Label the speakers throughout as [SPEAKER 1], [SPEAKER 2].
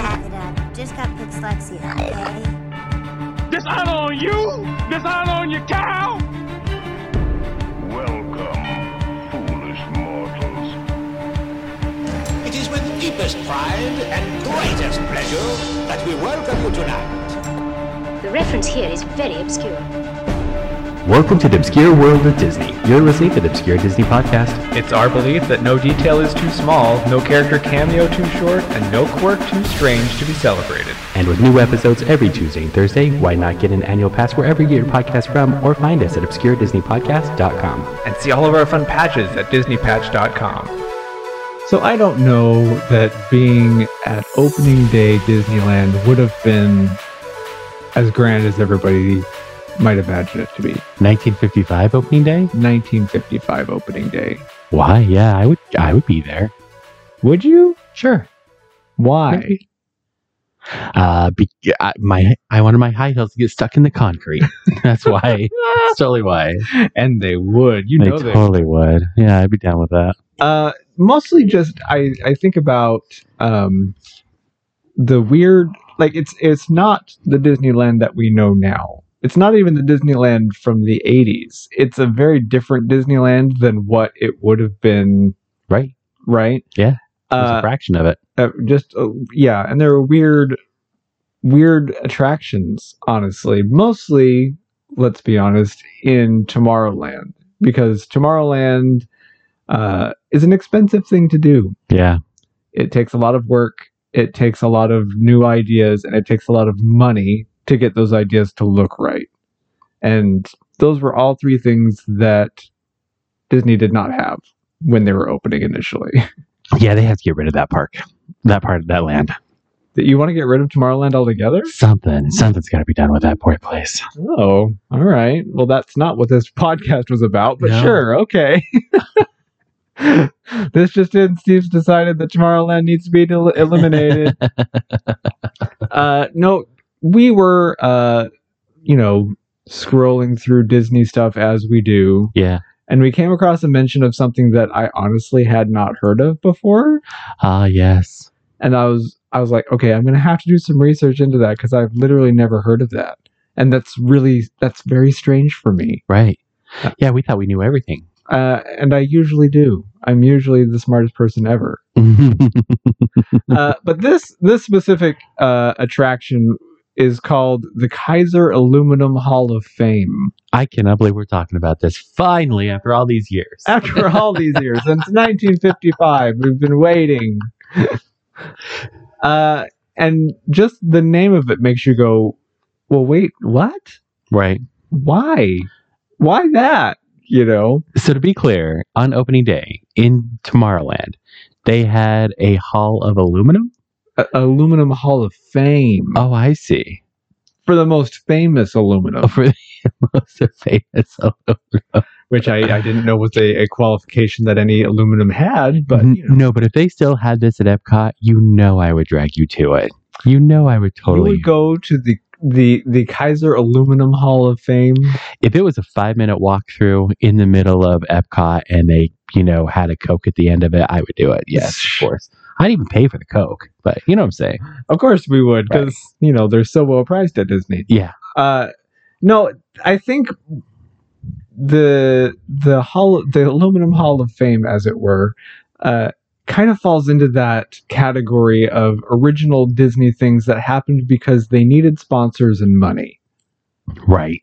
[SPEAKER 1] uh, just got dyslexia, okay?
[SPEAKER 2] Dishonor on you? Dishonor on your cow?
[SPEAKER 3] Welcome, foolish mortals.
[SPEAKER 4] It is with deepest pride and greatest pleasure that we welcome you tonight.
[SPEAKER 1] The reference here is very obscure.
[SPEAKER 5] Welcome to the obscure world of Disney. You're listening to the Obscure Disney Podcast.
[SPEAKER 6] It's our belief that no detail is too small, no character cameo too short, and no quirk too strange to be celebrated.
[SPEAKER 5] And with new episodes every Tuesday and Thursday, why not get an annual pass wherever you get your podcast from or find us at obscuredisneypodcast.com.
[SPEAKER 6] And see all of our fun patches at DisneyPatch.com. So I don't know that being at opening day Disneyland would have been as grand as everybody might imagine it to be.
[SPEAKER 5] 1955 opening day?
[SPEAKER 6] 1955 opening day.
[SPEAKER 5] Why? Yeah, I would I would be there.
[SPEAKER 6] Would you?
[SPEAKER 5] Sure.
[SPEAKER 6] Why?
[SPEAKER 5] Uh be, I, my I wanted my high heels to get stuck in the concrete. That's why. That's totally why.
[SPEAKER 6] and they would. You
[SPEAKER 5] they
[SPEAKER 6] know they
[SPEAKER 5] totally would. Yeah, I'd be down with that.
[SPEAKER 6] Uh, mostly just I, I think about um, the weird like it's it's not the Disneyland that we know now. It's not even the Disneyland from the 80s. It's a very different Disneyland than what it would have been,
[SPEAKER 5] Right?
[SPEAKER 6] right?
[SPEAKER 5] Yeah. There's a
[SPEAKER 6] Uh,
[SPEAKER 5] fraction of it.
[SPEAKER 6] uh, just uh, yeah, and there were weird weird attractions, honestly. Mostly, let's be honest, in Tomorrowland because Tomorrowland uh, is an expensive thing to do
[SPEAKER 5] Yeah.
[SPEAKER 6] it takes a lot of work it takes a lot of new ideas and it takes a lot of money to get those ideas to look right and those were all three things that disney did not have when they were opening initially
[SPEAKER 5] Yeah, they have to get rid of that park. That part of that land.
[SPEAKER 6] that you want to get rid of tomorrowland altogether
[SPEAKER 5] Something. Something's gotta be done with that poor place.
[SPEAKER 6] oh all right well that's not what this podcast was about but
[SPEAKER 5] No.
[SPEAKER 6] sure okay this just in steve's decided that tomorrowland needs to be del- eliminated uh no we were uh you know scrolling through disney stuff as we do
[SPEAKER 5] Yeah.
[SPEAKER 6] and we came across a mention of something that i honestly had not heard of before
[SPEAKER 5] Ah, yes.
[SPEAKER 6] and i was i was like okay i'm gonna have to do some research into that because i've literally never heard of that and that's really that's very strange for me
[SPEAKER 5] Right. Yeah, we thought we knew everything.
[SPEAKER 6] uh, and i usually do i'm usually the smartest person ever uh, but this this specific uh, attraction is called the Kaiser Aluminum Hall of Fame.
[SPEAKER 5] I cannot believe we're talking about this finally after all these years.
[SPEAKER 6] After all these years, since 1955, we've been waiting. Uh, and just the name of it makes you go, "Well, wait, what?
[SPEAKER 5] Right.
[SPEAKER 6] Why? Why that?" You know,
[SPEAKER 5] So to be clear, on opening day in Tomorrowland, they had a hall of aluminum.
[SPEAKER 6] A- Aluminum Hall of Fame
[SPEAKER 5] Oh, I see. Oh,
[SPEAKER 6] for the most famous aluminum.
[SPEAKER 5] For the most famous aluminum.
[SPEAKER 6] which I, I didn't know was a, a qualification that any aluminum had, but you know,
[SPEAKER 5] no, but if they still had this at Epcot, you know I would drag you to it. You know I would
[SPEAKER 6] you
[SPEAKER 5] totally.
[SPEAKER 6] would go to the the the Kaiser Aluminum Hall of Fame.
[SPEAKER 5] if it was a five minute walkthrough in the middle of Epcot and they, you know, had a Coke at the end of it, I would do it. Yes, of course. I'd even pay for the Coke, but you know what I'm saying.
[SPEAKER 6] Of course, we would because you know they're so well priced at Disney.
[SPEAKER 5] Yeah.
[SPEAKER 6] Uh, no, I think the the hall the aluminum Hall of Fame, as it were, uh, kind of falls into that category of original Disney things that happened because they needed sponsors and money.
[SPEAKER 5] Right.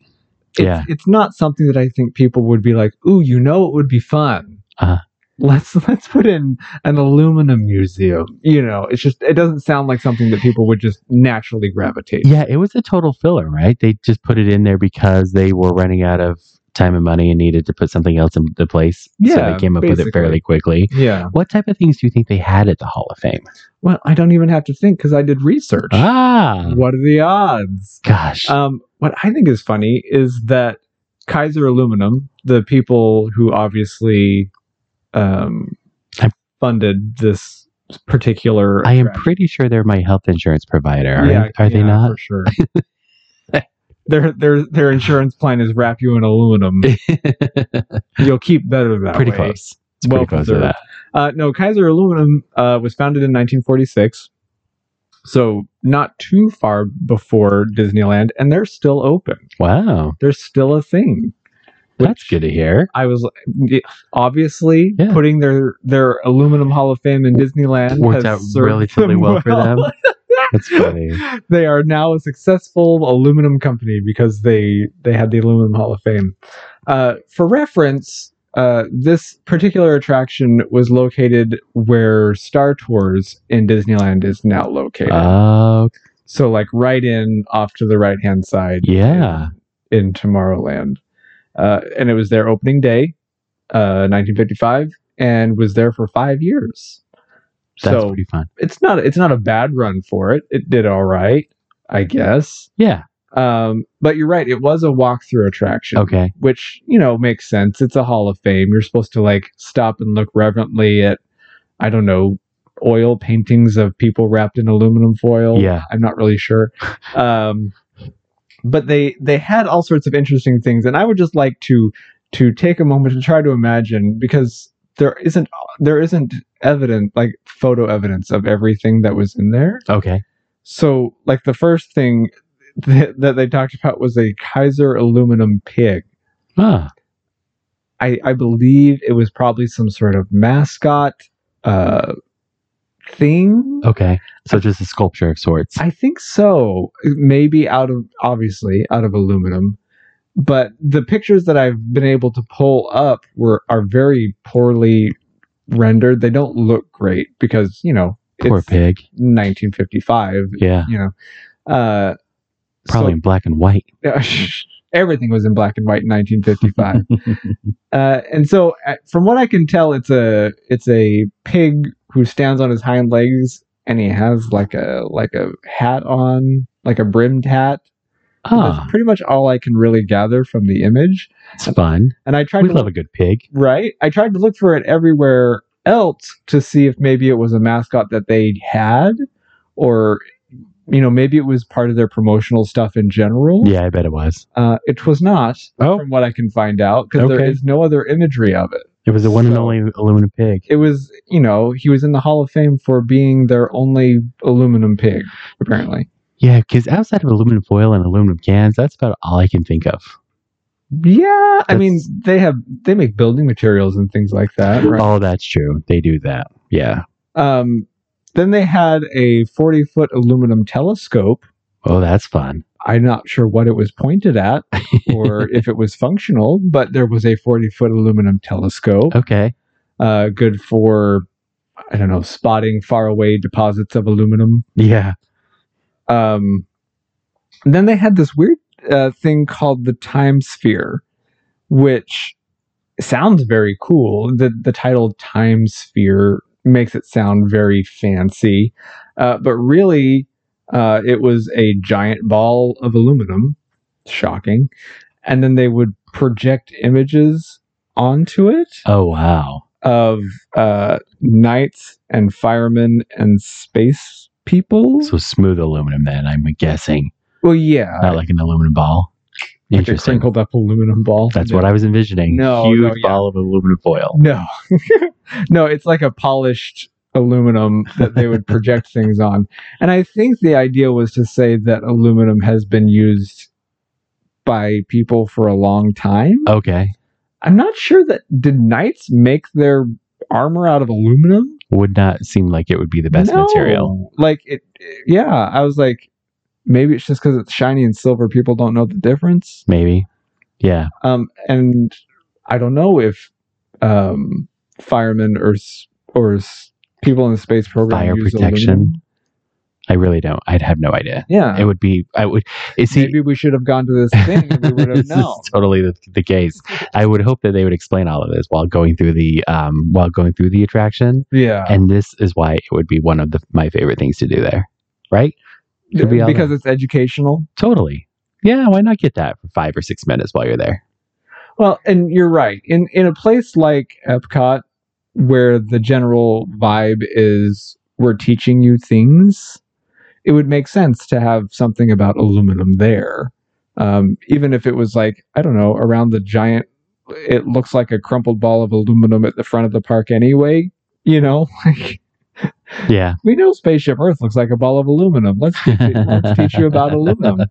[SPEAKER 6] it's,
[SPEAKER 5] Yeah.
[SPEAKER 6] it's not something that I think people would be like, "Ooh, you know, it would be fun.
[SPEAKER 5] Uh-huh.
[SPEAKER 6] Let's let's put in an aluminum museum." You know, it's just it doesn't sound like something that people would just naturally gravitate.
[SPEAKER 5] Yeah, it was a total filler, right? They just put it in there because they were running out of time and money and needed to put something else in the place. so
[SPEAKER 6] Yeah,
[SPEAKER 5] they came up with
[SPEAKER 6] basically.
[SPEAKER 5] it fairly quickly.
[SPEAKER 6] Yeah.
[SPEAKER 5] What type of things do you think they had at the Hall of Fame?
[SPEAKER 6] Well, I don't even have to think because I did research.
[SPEAKER 5] Ah,
[SPEAKER 6] What are the odds?
[SPEAKER 5] gosh.
[SPEAKER 6] Um, what I think is funny is that Kaiser Aluminum, the people who obviously um,
[SPEAKER 5] I'm-
[SPEAKER 6] funded this particular,
[SPEAKER 5] I am
[SPEAKER 6] attraction-
[SPEAKER 5] pretty sure they're my health insurance provider. Are, are they
[SPEAKER 6] yeah,
[SPEAKER 5] not?
[SPEAKER 6] For sure. their their their insurance plan is wrap you in aluminum. You'll keep better that
[SPEAKER 5] pretty
[SPEAKER 6] way. Uh,
[SPEAKER 5] close. It's pretty
[SPEAKER 6] Well
[SPEAKER 5] close to
[SPEAKER 6] preserved.
[SPEAKER 5] that.
[SPEAKER 6] Uh, no, Kaiser Aluminum uh, was founded in 1946,
[SPEAKER 5] So
[SPEAKER 6] not too far before Disneyland, and they're still open.
[SPEAKER 5] wow,
[SPEAKER 6] They're still a thing.
[SPEAKER 5] that's good to hear.
[SPEAKER 6] I was like, obviously
[SPEAKER 5] Yeah.
[SPEAKER 6] putting their their aluminum Hall of Fame in Disneyland
[SPEAKER 5] Worked
[SPEAKER 6] has
[SPEAKER 5] out
[SPEAKER 6] served
[SPEAKER 5] relatively
[SPEAKER 6] them
[SPEAKER 5] well for them. That's funny.
[SPEAKER 6] they are now a successful aluminum company because they they had the aluminum Hall of Fame. Uh, for reference, uh, this particular attraction was located where Star Tours in Disneyland is now located.
[SPEAKER 5] Oh,
[SPEAKER 6] so like right in off to the right hand side
[SPEAKER 5] yeah.
[SPEAKER 6] in Tomorrowland. Uh, and it was their opening day, uh, 1955, and was there for five years.
[SPEAKER 5] That's
[SPEAKER 6] so
[SPEAKER 5] pretty fun.
[SPEAKER 6] it's not it's not a bad run for it. It did all right, I guess.
[SPEAKER 5] Yeah.
[SPEAKER 6] Um, but you're right, it was a walkthrough attraction,
[SPEAKER 5] Okay.
[SPEAKER 6] which you know makes sense. It's a Hall of Fame. You're supposed to like stop and look reverently at, I don't know, oil paintings of people wrapped in aluminum foil.
[SPEAKER 5] Yeah.
[SPEAKER 6] I'm not really sure. Um, but they they had all sorts of interesting things, and I would just like to to take a moment to try to imagine because there isn't there isn't evidence like photo evidence of everything that was in there.
[SPEAKER 5] Okay.
[SPEAKER 6] So like the first thing th- that they talked about was a Kaiser aluminum pig.
[SPEAKER 5] Ah,
[SPEAKER 6] I, I believe it was probably some sort of mascot uh, thing.
[SPEAKER 5] okay. So just a sculpture of sorts.
[SPEAKER 6] I think so. Maybe out of obviously out of aluminum, but the pictures that I've been able to pull up were are very poorly rendered. They don't look great because you know
[SPEAKER 5] Poor
[SPEAKER 6] it's
[SPEAKER 5] pig.
[SPEAKER 6] 1955.
[SPEAKER 5] Yeah.
[SPEAKER 6] You know, uh, so-
[SPEAKER 5] Probably in black and white.
[SPEAKER 6] everything was in black and white in 1955. uh, and so, uh, from what I can tell, it's a it's a pig who stands on his hind legs, and he has like a like a hat on, like a brimmed hat.
[SPEAKER 5] Ah,
[SPEAKER 6] That's pretty much all I can really gather from the image.
[SPEAKER 5] it's fun.
[SPEAKER 6] And I tried
[SPEAKER 5] We
[SPEAKER 6] to
[SPEAKER 5] love a good pig.
[SPEAKER 6] right. I tried to look for it everywhere else to see if maybe it was a mascot that they had, or you know maybe it was part of their promotional stuff in general.
[SPEAKER 5] Yeah, I bet it was.
[SPEAKER 6] Uh, it was not,
[SPEAKER 5] Oh.
[SPEAKER 6] from what I can find out, because there
[SPEAKER 5] Okay.
[SPEAKER 6] is no other imagery of it.
[SPEAKER 5] It was the one and
[SPEAKER 6] So-
[SPEAKER 5] only aluminum pig.
[SPEAKER 6] It was, you know, he was in the Hall of Fame for being their only aluminum pig, apparently.
[SPEAKER 5] Yeah, because outside of aluminum foil and aluminum cans, that's about all I can think of.
[SPEAKER 6] Yeah, I mean,
[SPEAKER 5] That's-
[SPEAKER 6] they have they make building materials and things like that. Right?
[SPEAKER 5] Oh, that's true. They do that. Yeah.
[SPEAKER 6] Um, then they had a forty foot aluminum telescope.
[SPEAKER 5] Oh, that's fun.
[SPEAKER 6] I'm not sure what it was pointed at or if it was functional, but there was a forty foot aluminum telescope.
[SPEAKER 5] Okay.
[SPEAKER 6] uh, good for I don't know spotting faraway deposits of aluminum.
[SPEAKER 5] Yeah.
[SPEAKER 6] Um, and then they had this weird uh, thing called the time sphere, which sounds very cool. The the title time sphere makes it sound very fancy, uh, but really uh, it was a giant ball of aluminum. Shocking. And then they would project images onto it
[SPEAKER 5] Oh, wow.
[SPEAKER 6] of uh, knights and firemen and space people.
[SPEAKER 5] So smooth aluminum then, I'm guessing.
[SPEAKER 6] well, yeah,
[SPEAKER 5] Not like an aluminum ball.
[SPEAKER 6] like a
[SPEAKER 5] Interesting.
[SPEAKER 6] crinkled up aluminum ball.
[SPEAKER 5] That's what I was envisioning.
[SPEAKER 6] No,
[SPEAKER 5] Huge
[SPEAKER 6] no, yeah.
[SPEAKER 5] ball of aluminum foil.
[SPEAKER 6] No, no, it's like a polished aluminum that they would project things on. And I think the idea was to say that aluminum has been used by people for a long time.
[SPEAKER 5] Okay.
[SPEAKER 6] I'm not sure that did knights make their armor out of aluminum.
[SPEAKER 5] Would not seem like it would be the best
[SPEAKER 6] No.
[SPEAKER 5] material.
[SPEAKER 6] Like it, yeah. I was like, maybe it's just because it's shiny and silver. People don't know the difference.
[SPEAKER 5] Maybe. Yeah.
[SPEAKER 6] Um, and I don't know if um, firemen or s- or s- people in the space program
[SPEAKER 5] Fire
[SPEAKER 6] use
[SPEAKER 5] protection.
[SPEAKER 6] aluminum. Uh-huh.
[SPEAKER 5] I really don't. I'd have no idea.
[SPEAKER 6] Yeah,
[SPEAKER 5] It would be, I would, it see,
[SPEAKER 6] maybe we should have gone to this thing. and we would have
[SPEAKER 5] this
[SPEAKER 6] known.
[SPEAKER 5] is totally the, the case. I would hope that they would explain all of this while going through the um while going through the attraction.
[SPEAKER 6] Yeah,
[SPEAKER 5] And this is why it would be one of the, my favorite things to do there. Right? could be all
[SPEAKER 6] because it's educational.
[SPEAKER 5] Totally. Yeah. Why not get that for five or six minutes while you're there?
[SPEAKER 6] Well, and you're right. In in a place like Epcot, where the general vibe is we're teaching you things, it would make sense to have something about aluminum there. Um, even if it was like, I don't know, around the giant it looks like a crumpled ball of aluminum at the front of the park anyway, you know? Like
[SPEAKER 5] Yeah.
[SPEAKER 6] We know Spaceship Earth looks like a ball of aluminum. Let's teach you, let's teach you about aluminum.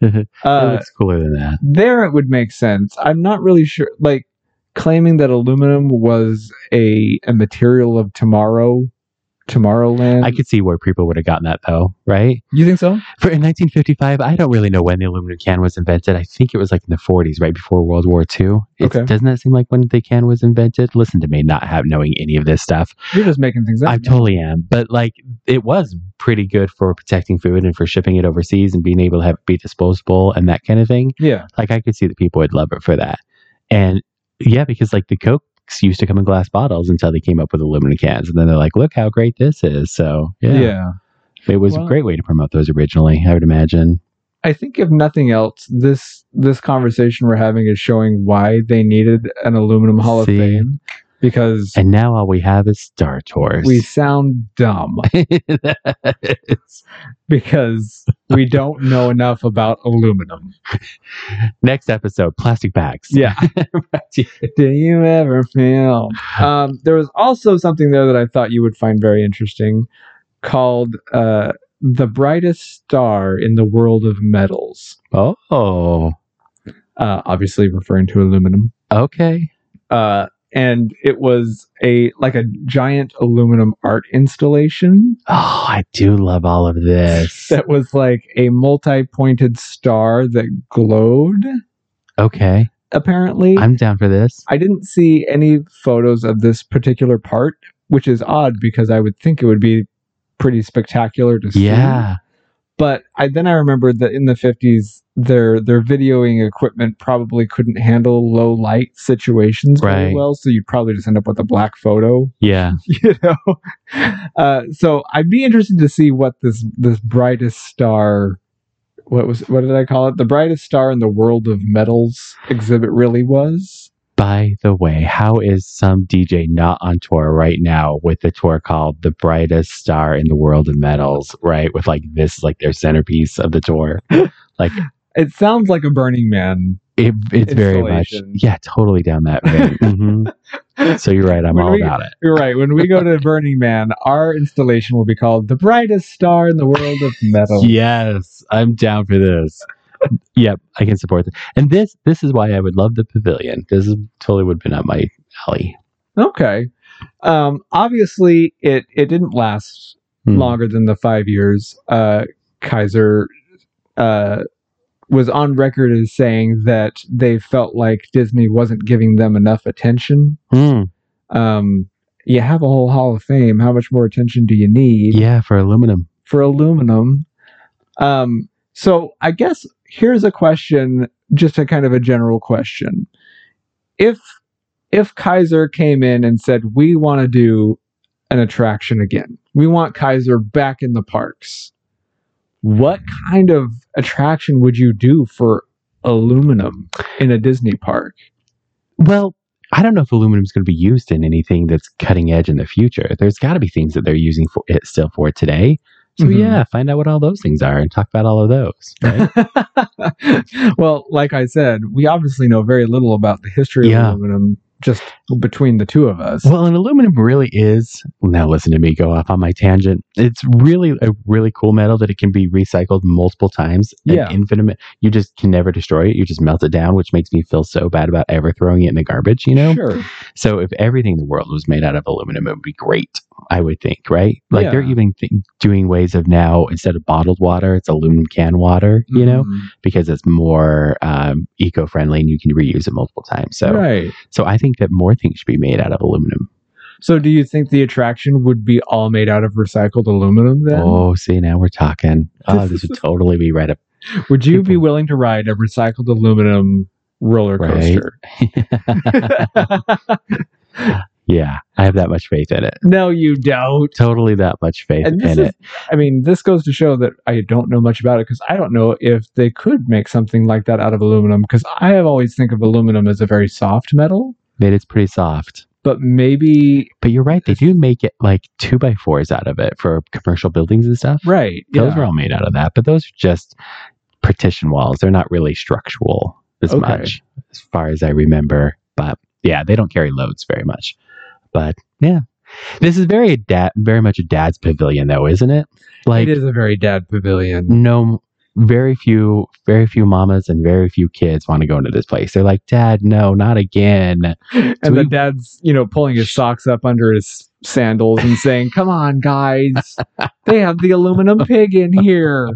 [SPEAKER 5] it
[SPEAKER 6] Uh,
[SPEAKER 5] looks cooler than that.
[SPEAKER 6] there it would make sense. I'm not really sure. Like claiming that aluminum was a a material of tomorrow, Tomorrowland.
[SPEAKER 5] I could see where people would have gotten that though, right?
[SPEAKER 6] you think so?
[SPEAKER 5] For in 1955, I don't really know when the aluminum can was invented. I think it was like in the 40s, right before World War II. It's,
[SPEAKER 6] Okay.
[SPEAKER 5] Doesn't that seem like when the can was invented? Listen to me, not have knowing any of this stuff.
[SPEAKER 6] You're just making things up.
[SPEAKER 5] I totally am. But like, it was pretty good for protecting food and for shipping it overseas and being able to have it be disposable and that kind of thing.
[SPEAKER 6] yeah.
[SPEAKER 5] Like, I could see that people would love it for that. And yeah, because like the Cokes used to come in glass bottles until they came up with aluminum cans. And then they're like, look how great this is. So
[SPEAKER 6] yeah,
[SPEAKER 5] yeah, it was
[SPEAKER 6] Well-
[SPEAKER 5] a great way to promote those originally, I would imagine.
[SPEAKER 6] I think if nothing else, this this conversation we're having is showing why they needed an aluminum Hall
[SPEAKER 5] See?
[SPEAKER 6] of Fame because
[SPEAKER 5] And now all we have is Star Tours.
[SPEAKER 6] we sound dumb because we don't know enough about aluminum.
[SPEAKER 5] Next episode, plastic bags.
[SPEAKER 6] Yeah. Do you ever feel? Um, there was also something there that I thought you would find very interesting called uh, The Brightest Star in the World of Metals,
[SPEAKER 5] Oh,
[SPEAKER 6] uh, obviously referring to aluminum.
[SPEAKER 5] okay.
[SPEAKER 6] Uh, and it was a like a giant aluminum art installation
[SPEAKER 5] Oh, I do love all of this.
[SPEAKER 6] that was like a multi-pointed star that glowed
[SPEAKER 5] Okay.
[SPEAKER 6] apparently
[SPEAKER 5] I'm down for this.
[SPEAKER 6] I didn't see any photos of this particular part, which is odd because I would think it would be pretty spectacular to see.
[SPEAKER 5] Yeah.
[SPEAKER 6] But I then I remembered that in the fifties their their videoing equipment probably couldn't handle low light situations very
[SPEAKER 5] Right.
[SPEAKER 6] well, so you'd probably just end up with a black photo.
[SPEAKER 5] Yeah.
[SPEAKER 6] You know? Uh, so I'd be interested to see what this this brightest star what was what did I call it? The brightest star in the world of metals exhibit really was.
[SPEAKER 5] By the way, how is some DJ not on tour right now with the tour called The Brightest Star in the World of Metals, right? With like this, like their centerpiece of the tour.
[SPEAKER 6] It sounds like a Burning Man.
[SPEAKER 5] It, it's very much,
[SPEAKER 6] Installation.
[SPEAKER 5] yeah, totally down that vein. Mhm. So you're right. I'm
[SPEAKER 6] When
[SPEAKER 5] all
[SPEAKER 6] we-
[SPEAKER 5] about it.
[SPEAKER 6] You're right. When we go to Burning Man, our installation will be called "The Brightest Star in the World of Metal."
[SPEAKER 5] Yes, I'm down for this. yep, I can support this. And this this is why I would love the pavilion. This is, totally would have been up my alley.
[SPEAKER 6] Okay. Um, obviously, it it didn't last
[SPEAKER 5] Hmm.
[SPEAKER 6] longer than the five years. Uh, Kaiser uh, was on record as saying that they felt like Disney wasn't giving them enough attention.
[SPEAKER 5] Hmm.
[SPEAKER 6] Um, you have a whole Hall of Fame. How much more attention do you need?
[SPEAKER 5] Yeah, for aluminum.
[SPEAKER 6] for aluminum. Um, so I guess here's a question, just a kind of a general question. If if Kaiser came in and said, We want to do an attraction again, we want Kaiser back in the parks, what kind of attraction would you do for aluminum in a Disney park?
[SPEAKER 5] Well, I don't know if aluminum is going to be used in anything that's cutting edge in the future. There's got to be things that they're using for it still for today. So
[SPEAKER 6] Mhm.
[SPEAKER 5] yeah, find out what all those things are and talk about all of those. right?
[SPEAKER 6] well, like I said, we obviously know very little about the history
[SPEAKER 5] Yeah.
[SPEAKER 6] of aluminum just between the two of us.
[SPEAKER 5] Well, and aluminum really is. Now, listen to me go off on my tangent. It's really a really cool metal that it can be recycled multiple times. an
[SPEAKER 6] Yeah.
[SPEAKER 5] infinite. ma- You just can never destroy it. You just melt it down, which makes me feel so bad about ever throwing it in the garbage. You know.
[SPEAKER 6] Sure.
[SPEAKER 5] So if everything in the world was made out of aluminum, it would be great. I would think, right? Like they're
[SPEAKER 6] Yeah.
[SPEAKER 5] even th- doing ways of now instead of bottled water, it's aluminum can water. You know,
[SPEAKER 6] Mhm.
[SPEAKER 5] because it's more um, eco friendly and you can reuse it multiple times. So,
[SPEAKER 6] right.
[SPEAKER 5] so I think that more things should be made out of aluminum.
[SPEAKER 6] So, do you think the attraction would be all made out of recycled aluminum? Then,
[SPEAKER 5] Oh, see, now we're talking. Oh, this would totally be right up.
[SPEAKER 6] would you be
[SPEAKER 5] people-
[SPEAKER 6] willing to ride a recycled aluminum roller
[SPEAKER 5] Right.
[SPEAKER 6] coaster?
[SPEAKER 5] Yeah, I have that much faith in it.
[SPEAKER 6] no, you don't.
[SPEAKER 5] Totally that much faith
[SPEAKER 6] And this
[SPEAKER 5] in
[SPEAKER 6] is,
[SPEAKER 5] it.
[SPEAKER 6] I mean, this goes to show that I don't know much about it because I don't know if they could make something like that out of aluminum. Because I have always think of aluminum as a very soft metal,
[SPEAKER 5] That it's pretty soft.
[SPEAKER 6] but maybe
[SPEAKER 5] But you're right. They do make it like two by fours out of it for commercial buildings and stuff.
[SPEAKER 6] right.
[SPEAKER 5] Those
[SPEAKER 6] yeah.
[SPEAKER 5] are all made out of that, but those are just partition walls. They're not really structural as
[SPEAKER 6] Okay.
[SPEAKER 5] much, as far as I remember. But yeah, they don't carry loads very much. But yeah, This is very a dad, very much a dad's pavilion, though, isn't it? Like
[SPEAKER 7] it is a very dad pavilion.
[SPEAKER 5] no, very few, very few mamas and very few kids want to go into this place. They're like, Dad, no, not again.
[SPEAKER 6] and the
[SPEAKER 5] we-
[SPEAKER 6] dad's you know pulling his socks up under his sandals and saying come on guys they have the aluminum pig in here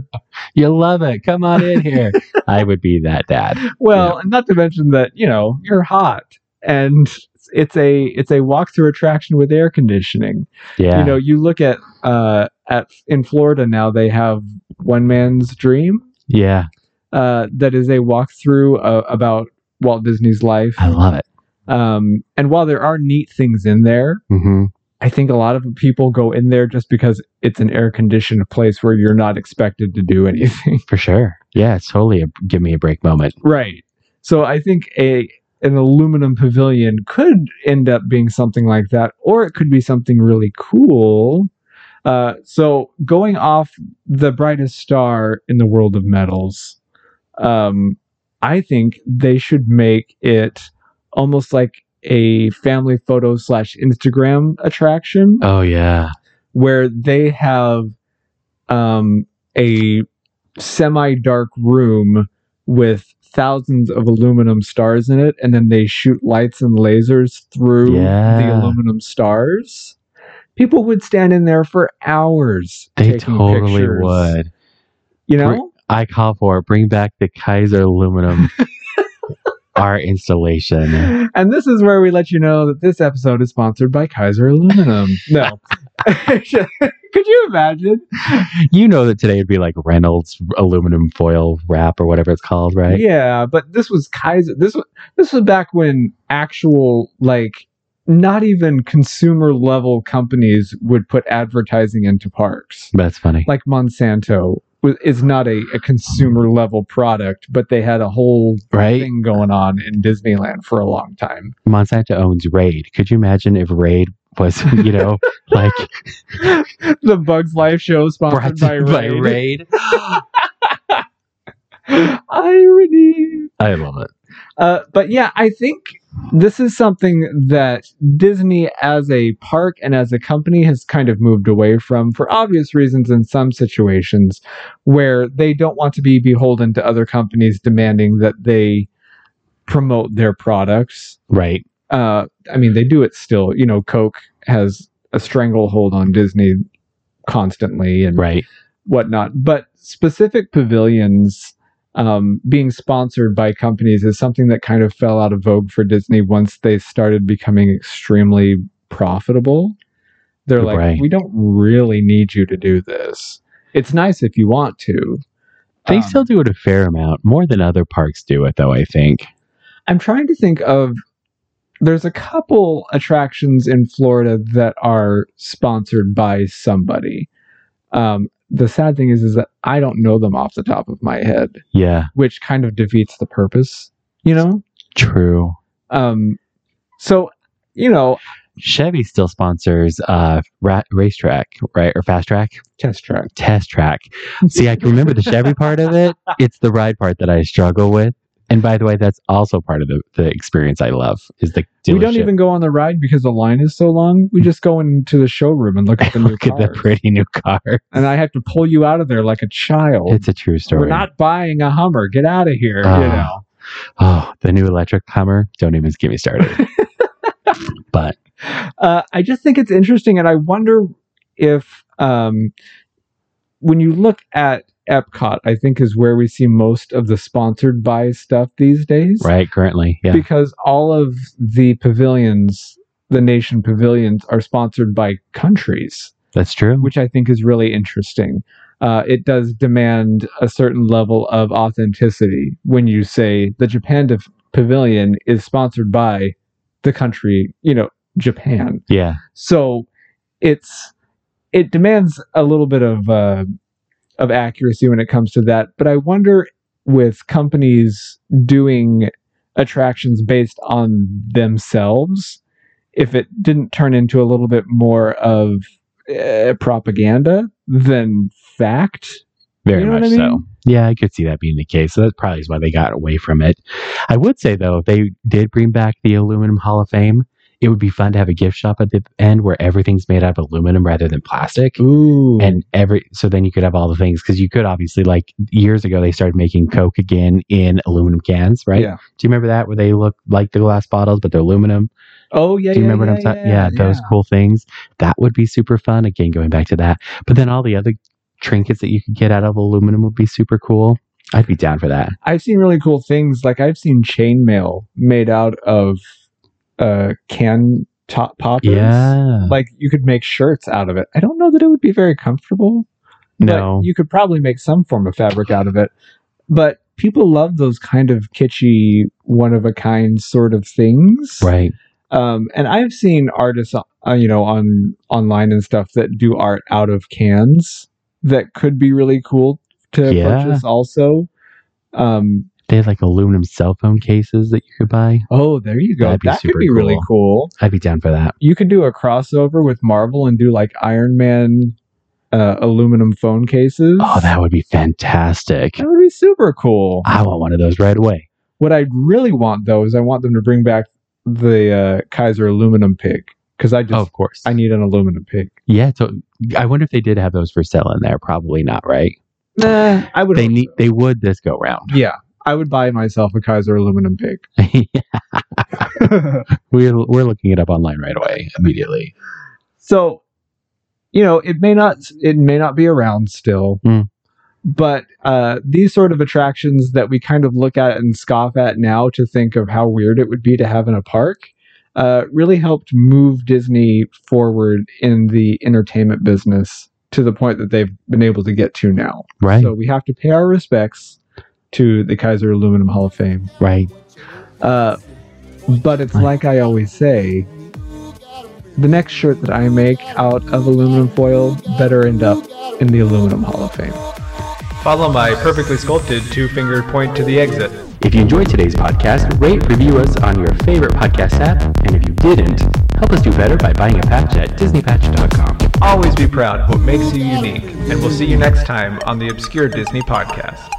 [SPEAKER 5] You love it. Come on in here. I would be that dad.
[SPEAKER 6] well and not to mention that you know you're hot and it's a it's a walk through attraction with air conditioning
[SPEAKER 5] Yeah.
[SPEAKER 6] you know you look at uh at in florida now they have one man's dream
[SPEAKER 5] yeah.
[SPEAKER 6] uh that is a walk through uh, about walt disney's life
[SPEAKER 5] I love it.
[SPEAKER 6] um and while there are neat things in there
[SPEAKER 5] hmm
[SPEAKER 6] I think a lot of people go in there just because it's an air conditioned place where you're not expected to do anything.
[SPEAKER 5] For sure. Yeah. It's totally a give me a break moment.
[SPEAKER 6] right. So I think a an aluminum pavilion could end up being something like that, or it could be something really cool. Uh, so going off the brightest star in the world of metals, um, I think they should make it almost like a family photo slash Instagram attraction.
[SPEAKER 5] Oh, yeah.
[SPEAKER 6] where they have um, a semi dark room with thousands of aluminum stars in it, and then they shoot lights and lasers through the
[SPEAKER 5] Yeah.
[SPEAKER 6] aluminum stars. People would stand in there for hours.
[SPEAKER 5] They
[SPEAKER 6] taking
[SPEAKER 5] totally
[SPEAKER 6] pictures.
[SPEAKER 5] would.
[SPEAKER 6] You
[SPEAKER 5] Br-
[SPEAKER 6] know,
[SPEAKER 5] I call for bring back the Kaiser aluminum art installation.
[SPEAKER 6] and this is where we let you know that this episode is sponsored by Kaiser Aluminum. No. Could you imagine?
[SPEAKER 5] You know that today would be like Reynolds aluminum foil wrap or whatever it's called, right?
[SPEAKER 6] Yeah, but this was Kaiser. This was this was back when actual like not even consumer level companies would put advertising into parks.
[SPEAKER 5] That's funny.
[SPEAKER 6] Like Monsanto wa- is not a, a consumer level product, but they had a whole
[SPEAKER 5] right?
[SPEAKER 6] thing going on in Disneyland for a long time.
[SPEAKER 5] Monsanto owns Raid. Could you imagine if Raid was, you know, like
[SPEAKER 6] the Bugs Life show
[SPEAKER 5] brought
[SPEAKER 6] sponsored by
[SPEAKER 5] by, by
[SPEAKER 6] Ray.
[SPEAKER 5] Raid?
[SPEAKER 6] Irony.
[SPEAKER 5] I love it.
[SPEAKER 6] Uh, but yeah, I think this is something that Disney as a park and as a company has kind of moved away from for obvious reasons in some situations where they don't want to be beholden to other companies demanding that they promote their products.
[SPEAKER 5] Right.
[SPEAKER 6] Uh, I mean, they do it still. You know, Coke has a stranglehold on Disney constantly and
[SPEAKER 5] Right.
[SPEAKER 6] whatnot. But specific pavilions um, being sponsored by companies is something that kind of fell out of vogue for Disney once they started becoming extremely profitable. They're like,
[SPEAKER 5] Right.
[SPEAKER 6] we don't really need you to do this. It's nice if you want to.
[SPEAKER 5] They
[SPEAKER 6] Um,
[SPEAKER 5] still do it a fair amount, more than other parks do it, though, I think.
[SPEAKER 6] I'm trying to think of. There's a couple attractions in Florida that are sponsored by somebody. Um, the sad thing is, is that I don't know them off the top of my head.
[SPEAKER 5] Yeah.
[SPEAKER 6] which kind of defeats the purpose, you know?
[SPEAKER 5] True.
[SPEAKER 6] Um, so, you know,
[SPEAKER 5] Chevy still sponsors uh ra- racetrack, right? Or fast track?
[SPEAKER 6] test track.
[SPEAKER 5] Test track. See, I can remember the Chevy part of it. It's the ride part that I struggle with. And by the way, that's also part of the, the experience I love is the dealership. Hmm.
[SPEAKER 6] We don't even go on the ride because the line is so long. We just go into the showroom and look at the new
[SPEAKER 5] look at the
[SPEAKER 6] cars.
[SPEAKER 5] pretty new car.
[SPEAKER 6] and I have to pull you out of there like a child.
[SPEAKER 5] It's a true story.
[SPEAKER 6] We're not buying a Hummer. Get out of here, you
[SPEAKER 5] Ah.
[SPEAKER 6] know.
[SPEAKER 5] oh, the new electric Hummer. Don't even get me started. but
[SPEAKER 6] Uh, I just think it's interesting, and I wonder if um, when you look at Epcot, I think is where we see most of the sponsored by stuff these days.
[SPEAKER 5] right, currently, yeah,
[SPEAKER 6] because all of the pavilions, the nation pavilions, are sponsored by countries,
[SPEAKER 5] that's true.
[SPEAKER 6] which I think is really interesting. Uh, it does demand a certain level of authenticity when you say the Japan Def- pavilion is sponsored by the country, you know, Japan.
[SPEAKER 5] Yeah,
[SPEAKER 6] So it's it demands a little bit of uh, of accuracy when it comes to that. But I wonder with companies doing attractions based on themselves, if it didn't turn into a little bit more of uh, propaganda than fact.
[SPEAKER 5] very
[SPEAKER 6] You know
[SPEAKER 5] much
[SPEAKER 6] what I
[SPEAKER 5] so.
[SPEAKER 6] mean?
[SPEAKER 5] Yeah, I could see that being the case. So that probably is why they got away from it. I would say though, if they did bring back the aluminum Hall of Fame, it would be fun to have a gift shop at the end where everything's made out of aluminum rather than plastic.
[SPEAKER 6] Ooh.
[SPEAKER 5] And every so then you could have all the things because you could obviously like years ago they started making Coke again in aluminum cans, right?
[SPEAKER 6] Yeah.
[SPEAKER 5] Do you remember that where they look like the glass bottles but they're aluminum?
[SPEAKER 6] oh yeah.
[SPEAKER 5] Do you
[SPEAKER 6] yeah,
[SPEAKER 5] remember
[SPEAKER 6] yeah,
[SPEAKER 5] what I'm talking?
[SPEAKER 6] Yeah,
[SPEAKER 5] Yeah, those cool things. That would be super fun. Again, going back to that, but then all the other trinkets that you could get out of aluminum would be super cool. I'd be down for that.
[SPEAKER 6] I've seen really cool things. Like I've seen chainmail made out of uh can top poppers.
[SPEAKER 5] Yeah.
[SPEAKER 6] Like you could make shirts out of it. I don't know that it would be very comfortable. but
[SPEAKER 5] No.
[SPEAKER 6] You could probably make some form of fabric out of it. But people love those kind of kitschy one of a kind sort of things.
[SPEAKER 5] Right.
[SPEAKER 6] Um and I've seen artists uh, you know on online and stuff that do art out of cans that could be really cool to
[SPEAKER 5] Yeah.
[SPEAKER 6] purchase also. Um
[SPEAKER 5] They had like aluminum cell phone cases that you could buy.
[SPEAKER 6] Oh, there you go.
[SPEAKER 5] That'd be
[SPEAKER 6] that could
[SPEAKER 5] super
[SPEAKER 6] be really cool.
[SPEAKER 5] I'd be down for that.
[SPEAKER 6] You could do a crossover with Marvel and do like Iron Man uh, aluminum phone cases.
[SPEAKER 5] Oh, that would be fantastic.
[SPEAKER 6] That would be super cool.
[SPEAKER 5] I want one of those right away.
[SPEAKER 6] What I really want though is I want them to bring back the uh, Kaiser aluminum pig because I just
[SPEAKER 5] Oh, of course.
[SPEAKER 6] I need an aluminum pig.
[SPEAKER 5] yeah. So I wonder if they did have those for sale in there. Probably not, right?
[SPEAKER 6] Nah, I would.
[SPEAKER 5] They need. They would this go round.
[SPEAKER 6] yeah, I would buy myself a Kaiser aluminum pig.
[SPEAKER 5] we're we're looking it up online right away immediately.
[SPEAKER 6] so you know it may not it may not be around still
[SPEAKER 5] Mm.
[SPEAKER 6] but uh, these sort of attractions that we kind of look at and scoff at now to think of how weird it would be to have in a park uh, really helped move disney forward in the entertainment business to the point that they've been able to get to now
[SPEAKER 5] Right.
[SPEAKER 6] so we have to pay our respects to the kaiser aluminum hall of fame
[SPEAKER 5] right.
[SPEAKER 6] uh, but it's
[SPEAKER 5] Right.
[SPEAKER 6] like I always say the next shirt that I make out of aluminum foil better end up in the Aluminum Hall of Fame.
[SPEAKER 8] Follow my perfectly sculpted two fingered point to the exit.
[SPEAKER 5] If you enjoyed today's podcast, rate, review us on your favorite podcast app. And if you didn't, help us do better by buying a patch at disneypatch.com.
[SPEAKER 8] Always be proud of what makes you unique, and we'll see you next time on the Obscure Disney Podcast.